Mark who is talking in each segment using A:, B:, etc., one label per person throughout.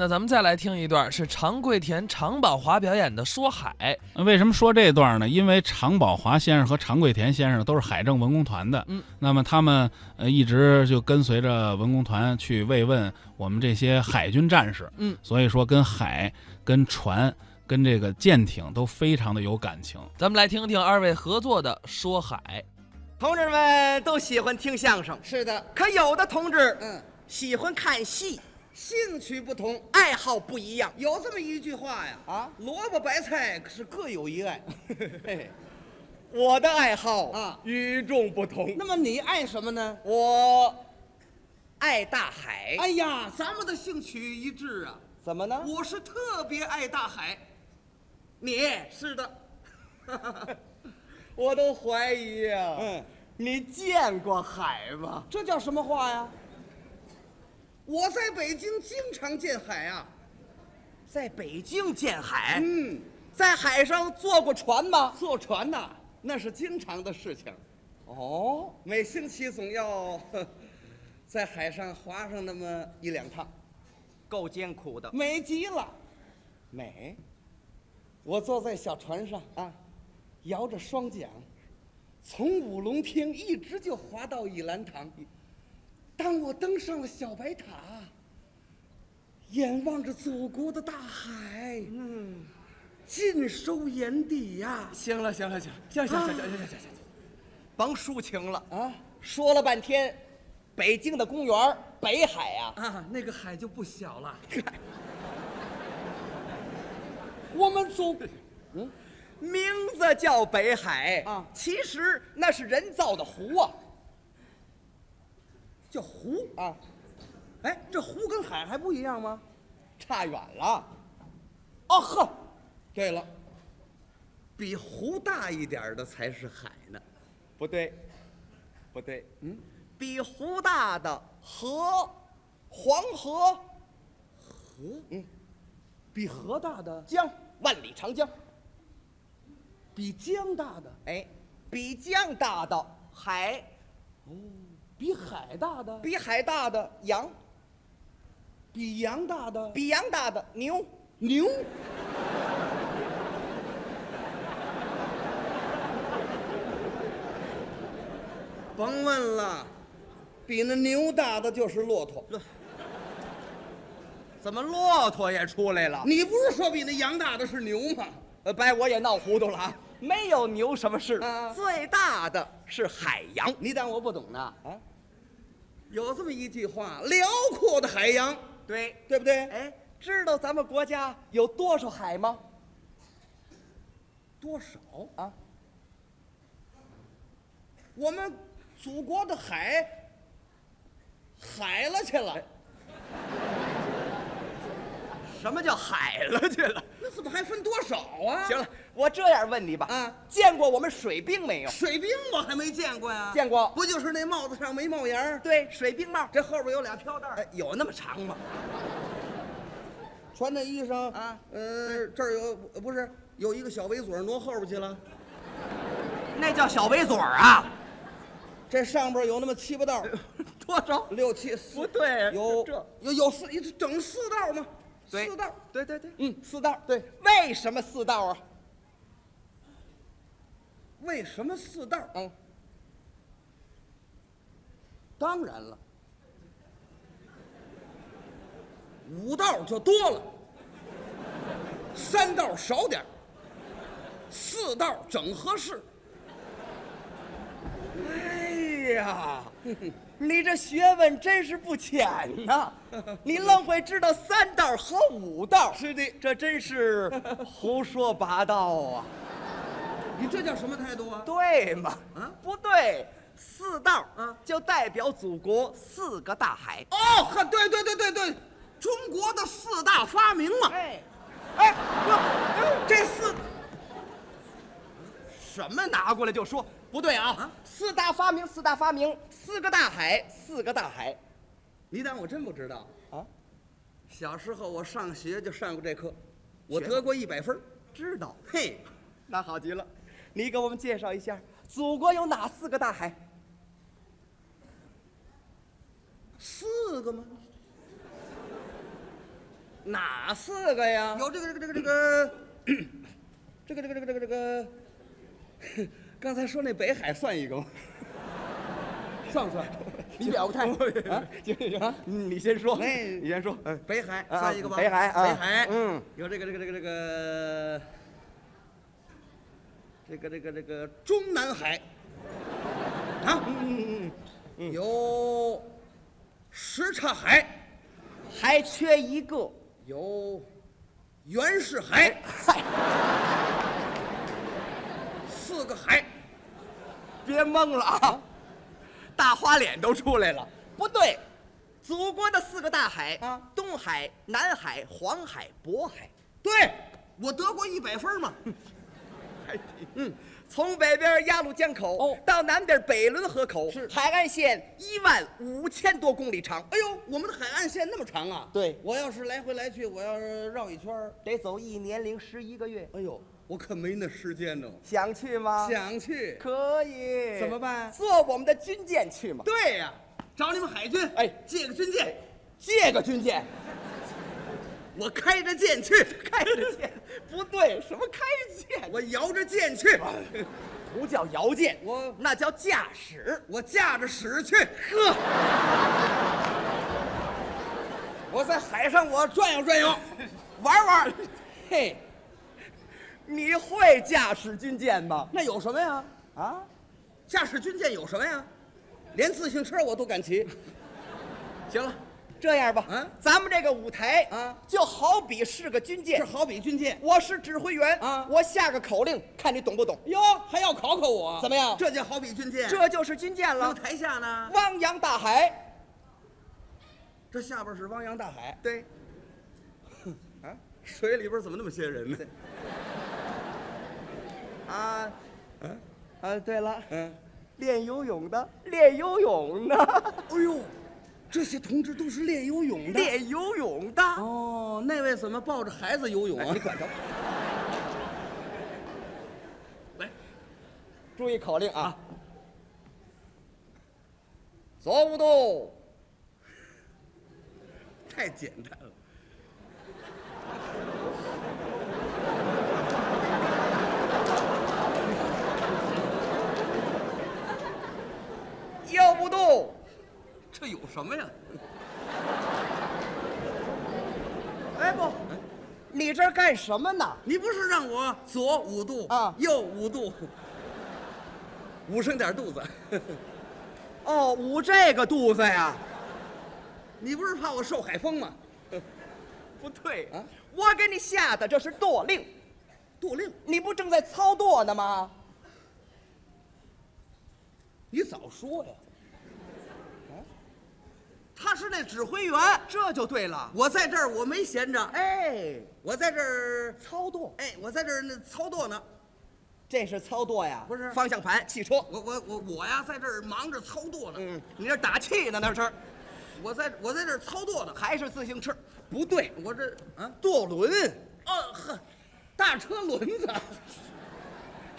A: 那咱们再来听一段，是常贵田、常宝华表演的《说海》。
B: 为什么说这段呢？因为常宝华先生和常贵田先生都是海政文工团的，
A: 嗯，
B: 那么他们呃一直就跟随着文工团去慰问我们这些海军战士，
A: 嗯，
B: 所以说跟海、跟船、跟这个舰艇都非常的有感情。
A: 咱们来听听二位合作的《说海
C: 同志们都喜欢听相声，
D: 是的，
C: 可有的同志，
D: 嗯，
C: 喜欢看戏，
D: 兴趣不同，
C: 爱好不一样。
D: 有这么一句话呀，
C: 啊
D: 萝卜白菜可是各有一爱。
C: 嘿我的爱好
D: 啊
C: 与众不同，
D: 那么你爱什么呢？
C: 我爱大海。
D: 哎呀，咱们的兴趣一致啊！
C: 怎么呢？
D: 我是特别爱大海，你是的，
C: 我都怀疑啊，
D: 嗯，
C: 你见过海吗？
D: 这叫什么话呀？我在北京经常见海啊，
C: 在北京见海，
D: 嗯，
C: 在海上坐过船吗？
D: 坐船呐、那是经常的事情，
C: 哦，
D: 每星期总要 呵在海上划上那么一两趟，
C: 够艰苦的。
D: 美极了。
C: 美，
D: 我坐在小船上啊，摇着双桨，从五龙厅一直就滑到倚兰堂。当我登上了小白塔，眼望着祖国的大海，嗯，尽收眼底呀、
C: 行了行了行了
D: 行行行行
C: 行行行行，甭抒情了
D: 啊！
C: 说了半天，北京的公园儿北海呀、
D: 啊那个海就不 小了。我们 祖
C: 嗯名字叫北海
D: 啊
C: 其实那是人造的湖啊。
D: 叫湖，
C: 啊，
D: 哎，这湖跟海还不一样吗？
C: 差远了。哦呵，
D: 对了，比湖大一点儿的才是海呢。
C: 不对，不对，嗯，比湖大的河，黄河、
D: 比河大的，
C: 江，万里长江。
D: 比江大的，
C: 哎，比江大的海，
D: 比海大的，
C: 比海大的洋，
D: 比洋大的，
C: 比洋大的牛。
D: 牛。甭问了，比那牛大的就是骆驼。
C: 怎么骆驼也出来了？
D: 你不是说比那羊大的是牛吗？
C: 呃，白，我也闹糊涂了啊！没有牛什么事
D: 啊
C: 最大的是海洋。
D: 你当我不懂呢？
C: 啊，
D: 有这么一句话：辽阔的海洋，
C: 对，
D: 对不对？
C: 哎，知道咱们国家有多少海吗？
D: 多少
C: 啊？
D: 我们祖国的海，海了去了，
C: 什么叫海了去了？
D: 那怎么还分多少 啊？
C: 行了，我这样问你吧，
D: 啊，
C: 见过我们水兵没有？
D: 水兵我还没见过呀，
C: 见过
D: 不就是那帽子上没帽檐儿，
C: 对，水兵帽，
D: 这后边有俩飘带儿，
C: 哎有那么长吗？
D: 穿那衣裳
C: 啊，
D: 呃，这儿有不是有一个小围嘴儿挪后边去了，
C: 那叫小围嘴儿啊，
D: 这上边有那么七八道儿，
C: 多少？
D: 六七四
C: 不对
D: 有
C: 这
D: 有有四一整四道吗？
C: 对
D: 四道，
C: 对对对，
D: 嗯，四道，对，
C: 为什么四道啊？
D: 为什么四道？
C: 嗯，
D: 当然了，五道就多了，三道少点儿四道整合适。
C: 哎呀， 你这学问真是不浅 呐、你愣会知道三道和五道，
D: 是的
C: 这真是胡说八道啊！
D: 你这叫什么态度啊？
C: 对吗？
D: 啊
C: 不对，四道
D: 啊
C: 就代表祖国四个大海。
D: 哦，呵，对对对对对，中国的四大发明嘛，
C: 哎，
D: 哎，不，这四
C: 什么拿过来就说不对啊四大发明，四大发明，四个大海，四个大海。
D: 你当我真不知道
C: 啊？
D: 小时候我上学就上过这课，我
C: 学
D: 得过一百分儿。
C: 知道，
D: 嘿，
C: 那好极了。你给我们介绍一下，祖国有哪四个大海？
D: 四个吗？哪四个呀？
C: 有这个这个这个这个，
D: 这个这个这个这个这个，刚才说那北海算一个吗？
C: 算不算？你表个态 啊？
D: 行行行，你先说，
C: 那
D: 你先说。嗯，
C: 北海
D: 啊
C: 算一个吧。
D: 北海啊
C: 北海，
D: 嗯，
C: 有这个这个这个这个
D: 这个这个这个中南海，啊，嗯嗯嗯，有什刹海，
C: 还缺一个。
D: 有袁世海， 四个海，
C: 别蒙了啊！大花脸都出来了。不对，祖国的四个大海
D: 啊
C: 东海、南海、黄海、渤海。
D: 对，
C: 我得过一百分嘛。
D: 嗯，
C: 哎从北边鸭绿江口、
D: 哦
C: 到南边北仑河口，
D: 是
C: 海岸线一万五千多公里长，
D: 哎呦，我们的海岸线那么长啊！
C: 对
D: 我要是来回来去，我要是绕一圈儿
C: 得走一年零十一个月。
D: 哎呦，我可没那时间呢。
C: 想去吗？
D: 想去，
C: 可以。
D: 怎么办
C: 坐我们的军舰去嘛？
D: 对呀、找你们海军，
C: 哎
D: 借个军舰，
C: 借个军舰，
D: 我开着舰 去，
C: 开着舰，不对，什么开着舰？
D: 我摇着舰去，
C: 不叫摇舰，
D: 我
C: 那叫驾驶。
D: 我驾着驶去，
C: 呵，
D: 我在海上我转悠转悠，
C: 玩玩，
D: 嘿，
C: 你会驾驶军舰吗？
D: 那有什么呀？
C: 啊，
D: 驾驶军舰有什么呀？连自行车我都敢 骑。行了，
C: 这样吧，
D: 嗯
C: 咱们这个舞台
D: 啊
C: 就好比是个军舰
D: 这。好比军舰
C: 我是指挥员
D: 啊
C: 我下个口令，看你懂不懂。
D: 哟，还要考考我，
C: 怎么样
D: 这就好比军舰。
C: 这就是军舰
D: 那么
C: 了，
D: 台下呢？
C: 汪洋大海。
D: 这下边是汪洋大海， 啊
C: 对，
D: 水里边怎么那么些人 呢？
C: 啊，啊，对了，
D: 嗯，
C: 练游泳的，练游泳的，
D: 哎呦，这些同志都是练游泳 的。
C: 练游泳的。
D: 哦，那位怎么抱着孩子游泳啊？你管着？
C: 注意口令啊！
D: 走不动， 太简单了。
C: 要不动，
D: 这有什么呀？
C: 哎不，你这儿干什么呢？
D: 你不是让我左五度
C: 啊
D: 右五 度，捂上点肚子。
C: 哦，捂这个肚子呀？
D: 你不是怕我受海风吗？
C: 不对
D: 啊
C: 我给你下的这是舵令，
D: 杜令，
C: 你不正在操舵呢吗？
D: 你早说呀！啊
C: 他是那指挥员，这就对了。
D: 我在这儿我没闲着，
C: 哎，
D: 我在这儿，
C: 操舵，
D: 哎，我在这儿那操作呢。
C: 这是操舵呀？
D: 不是
C: 方向盘、汽车。
D: 我我我我呀，在这儿忙着操作呢。
C: 嗯，你这打气呢，那是
D: 我在我在这儿操作呢，
C: 还是自行车？不对，
D: 我这啊，
C: 舵轮，
D: 哦呵，大车轮子，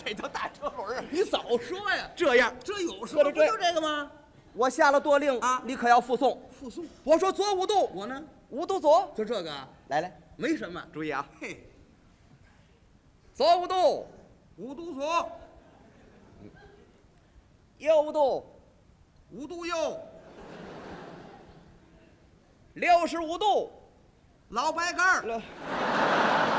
C: 这叫大车轮啊。
D: 你早说呀！
C: 这样，
D: 这有什
C: 对对
D: 么？不
C: 对
D: 就这个吗？
C: 我下了舵令
D: 啊
C: 你可要附送。
D: 附送，
C: 我说左五度，
D: 我呢
C: 五度左，
D: 就这个啊，
C: 来来，
D: 没什么。
C: 注意啊，
D: 嘿，
C: 左五度，
D: 五度左，
C: 右五度，
D: 五度右，
C: 六十五度。
D: 老白干儿，
C: 了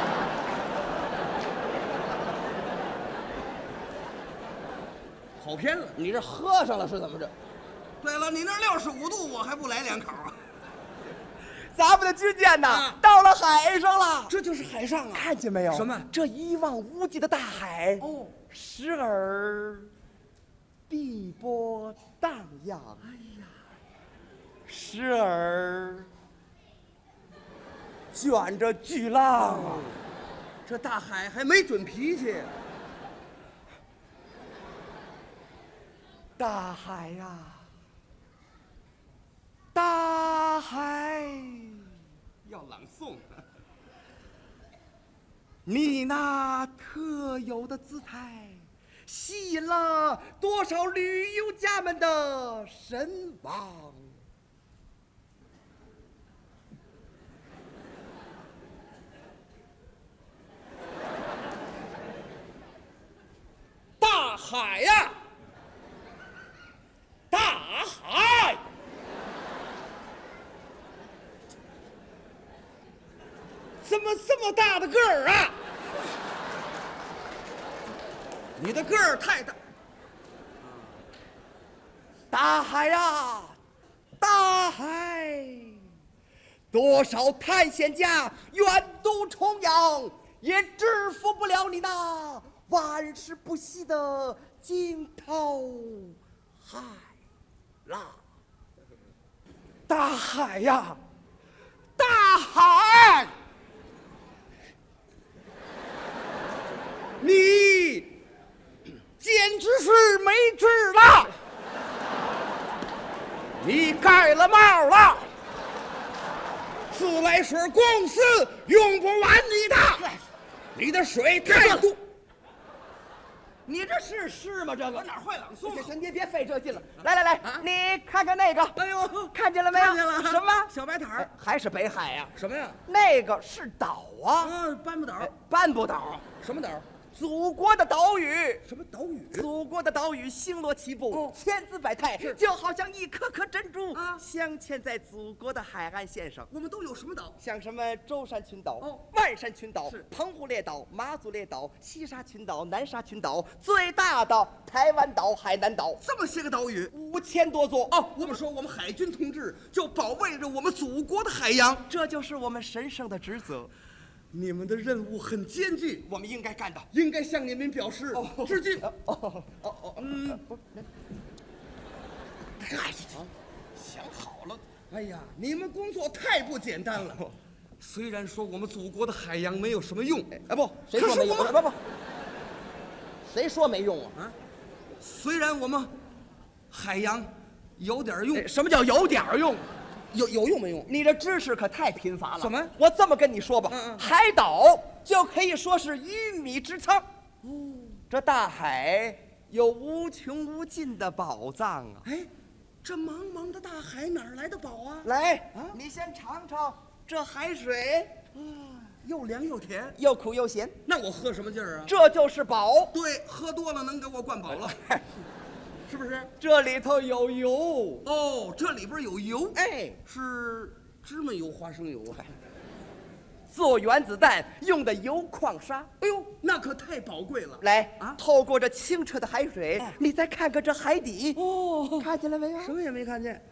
D: 跑偏了。
C: 你这喝上了是怎么着？
D: 对了，你那六十五度，我还不来两口啊？
C: 咱们的军舰呐
D: 啊，
C: 到了海上了。
D: 这就是海上啊！
C: 看见没有？
D: 什么
C: 这一望无际的大海，
D: 哦，
C: 时而碧波荡漾，哎呀，时而卷着巨浪啊。
D: 哦这大海还没准脾气，
C: 大海呀、大海，
D: 要朗诵。
C: 你那特有的姿态，吸引了多少旅游家们的神往。
D: 海呀、大海。怎么这么大的个儿啊？你的个儿太大。
C: 大海呀、大海，多少探险家远渡重洋，也制服不了你那万世不息的惊涛骇浪。
D: 大海呀、大海，你简直是没治了，你盖了帽了，自来水公司用不完你的，你的水太多。
C: 你这是诗吗？这个
D: 哪会朗诵啊
C: 行行，别别费这劲了。来来来，你看看那个，
D: 哎呦
C: 看见了没有？
D: 看见了啊
C: 什么？
D: 小白塔儿
C: 哎还是北海呀、
D: 什么呀？
C: 那个是岛啊，
D: 啊，班木岛
C: 哎，半不岛，
D: 什么岛？
C: 祖国的岛屿。
D: 什么岛屿？
C: 祖国的岛屿星罗棋布，
D: 哦
C: 千姿百态，就好像一颗颗珍珠、
D: 啊
C: 镶嵌在祖国的海岸线上。
D: 我们都有什么岛？
C: 像什么舟山群岛、
D: 哦
C: 万山群岛
D: 是、
C: 澎湖列岛、马祖列岛、西沙群岛、南沙群岛，最大的台湾岛、海南岛，
D: 这么些个岛屿。
C: 五千多座。
D: 哦，我们说我们海军同志就保卫着我们祖国的海洋，
C: 这就是我们神圣的职责，
D: 你们的任务很艰巨，
C: 我们应该干的。
D: 应该向你们表示致敬。嗯
C: 哦哦哦，
D: 哎呀想好了，哦哎呀，你们工作太不简单了。虽然说我们祖国的海洋没有什么用，哎不，
C: 谁说没用？
D: 可
C: 不
D: 是我
C: 不
D: 们
C: 不，谁说没用啊？
D: 虽然我们海洋有点用，
C: 什么叫有点儿用？
D: 有有用没用？
C: 你这知识可太贫乏了。
D: 怎么
C: 我这么跟你说吧，
D: 嗯嗯
C: 海岛就可以说是鱼米之仓。
D: 哦
C: 这大海有无穷无尽的宝藏啊！
D: 哎，这茫茫的大海哪儿来的宝啊？
C: 来，
D: 啊
C: 你先尝尝这海水，
D: 又凉又甜，
C: 又苦又咸，
D: 那我喝什么劲儿啊？
C: 这就是宝。
D: 对，喝多了能给我灌饱 了，是不是？
C: 这里头有油，
D: 哦，这里边有油，
C: 哎，
D: 是芝麻油、花生油啊。
C: 做原子弹用的铀矿砂。
D: 哎呦，那可太宝贵了。
C: 来
D: 啊
C: 透过这清澈的海水，
D: 哎
C: 你再看看这海底，
D: 哦，
C: 看见了没有？
D: 什么也没看见。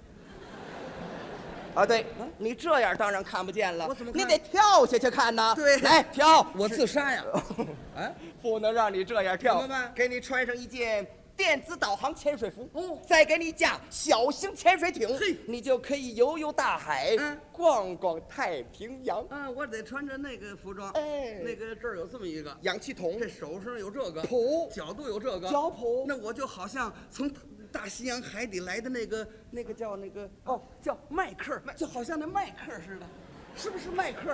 C: 啊，对，你这样当然看不见了，
D: 我怎么看
C: 你得跳下去看呐。
D: 对
C: 来跳，
D: 我自杀呀！哎，
C: 不能让你这样跳。
D: 怎么办
C: 给你穿上一件电子导航潜水服，
D: 哦
C: 再给你一架小型潜水艇，
D: 嘿
C: 你就可以游游大海，
D: 嗯
C: 逛逛太平洋。
D: 啊，我得穿着那个服装。
C: 哎
D: 那个这儿有这么一个，
C: 氧气筒
D: 这、手上有这个
C: 谱
D: 角度有这个
C: 脚蹼
D: 那我就好像从大西洋海底来的那个那个叫那个
C: 哦，叫
D: 麦克，就好像那麦克似的，是不是麦克？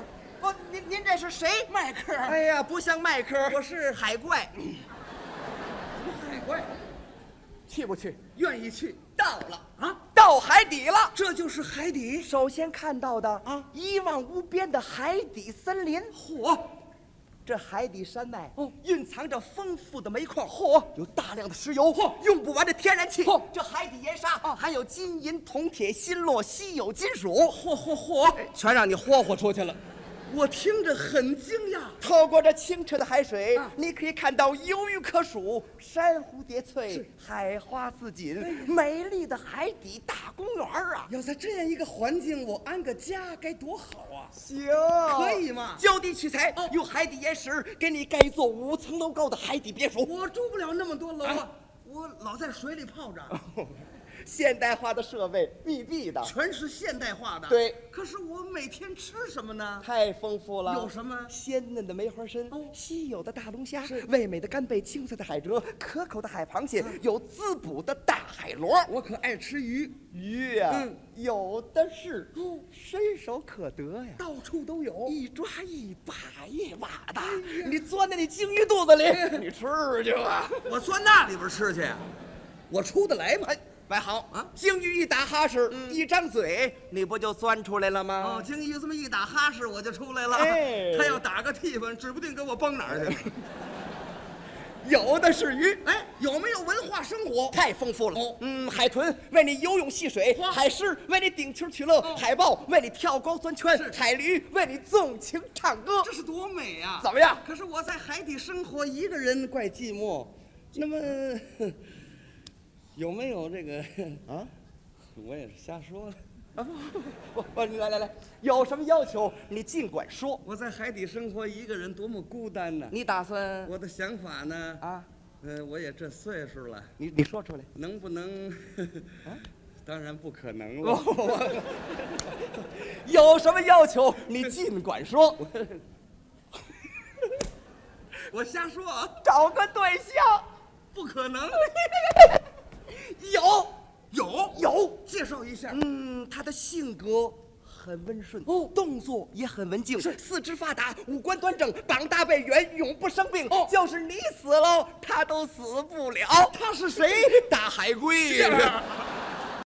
C: 不，
D: 哦
C: 您您这是谁？
D: 麦克，
C: 哎呀，不像麦克，
D: 我是
C: 海怪，
D: 海怪，
C: 去不去？
D: 愿意去
C: 到了，
D: 啊？
C: 到海底了。
D: 这就是海底
C: 首先看到的
D: 啊
C: 一望无边的海底森林，
D: 火，
C: 这海底山脉
D: 哦
C: 蕴藏着丰富的煤矿，嚯，有大量的石油，嚯，用不完的天然气，嚯，这海底盐沙
D: 啊
C: 含有金银铜铁锌铬稀有金属，嚯嚯嚯，全让你霍霍出去了。
D: 我听着很惊讶。
C: 透过这清澈的海水，
D: 啊
C: 你可以看到鱿鱼可数、珊瑚叠翠、海花似锦，美丽的海底大公园儿啊！
D: 要在这样一个环境，我安个家该多好啊！
C: 行，
D: 可以吗
C: 就地取材
D: 哦，
C: 用海底岩石给你盖一座五层楼高的海底别墅。
D: 我住不了那么多楼啊，我老在水 里泡着，
C: 现代化的设备，密闭的，
D: 全是现代化的。
C: 对，
D: 可是我每天吃什么呢？
C: 太丰富了。
D: 有什么
C: 鲜嫩的梅花参
D: 哦，
C: 稀有的大龙虾，味美的干贝，清脆的海蜇，可口的海螃蟹，有滋补的大海螺。
D: 嗯我可爱吃鱼，
C: 鱼呀、
D: 嗯
C: 有的是，伸手可得呀。
D: 到处都有。
C: 一抓一把一把的，你钻在你鲸鱼肚子里，你吃去吧。
D: 我钻那里边吃去，我出得来吗？
C: 哎，摆好
D: 啊
C: 鲸鱼一打哈士，一张嘴，你不就钻出来了吗？
D: 哦，鲸鱼这么一打哈士，我就出来了。
C: 哎
D: 他要打个嚏粉，指不定给我崩哪儿去了。
C: 有的是鱼，
D: 哎，有没有文化生活？
C: 太丰富了。
D: 哦
C: 嗯，海豚为你游泳戏水，
D: 哇
C: 海狮为你顶球取乐，海豹为你跳高钻圈，海驴为你纵情唱歌。
D: 这是多美呀、
C: 怎么样？
D: 可是我在海底生活一个人怪寂寞，那么 呵有没有这个 啊？我也是瞎说了。
C: 不不，你来来来，有什么要求你尽管说。
D: 我在海底生活一个人多么孤单呐！
C: 你打算
D: 我的想法呢？
C: 啊？
D: 呃，我也这岁数了，
C: 你你说出来。
D: 能不能？ 当然不可能
C: 不
D: 了。
C: 不不， 有什么要求你尽管说，
D: 我瞎说啊，
C: 找个对象。
D: 不可能。
C: 有
D: 有，
C: 有，
D: 介绍一下。
C: 嗯，他的性格很温顺，哦，动作也很文静，四肢发达，五官端正，膀大背圆，永不生病。
D: 哦
C: 就是你死了，他都死不了。
D: 他是谁？啊
C: 大海龟，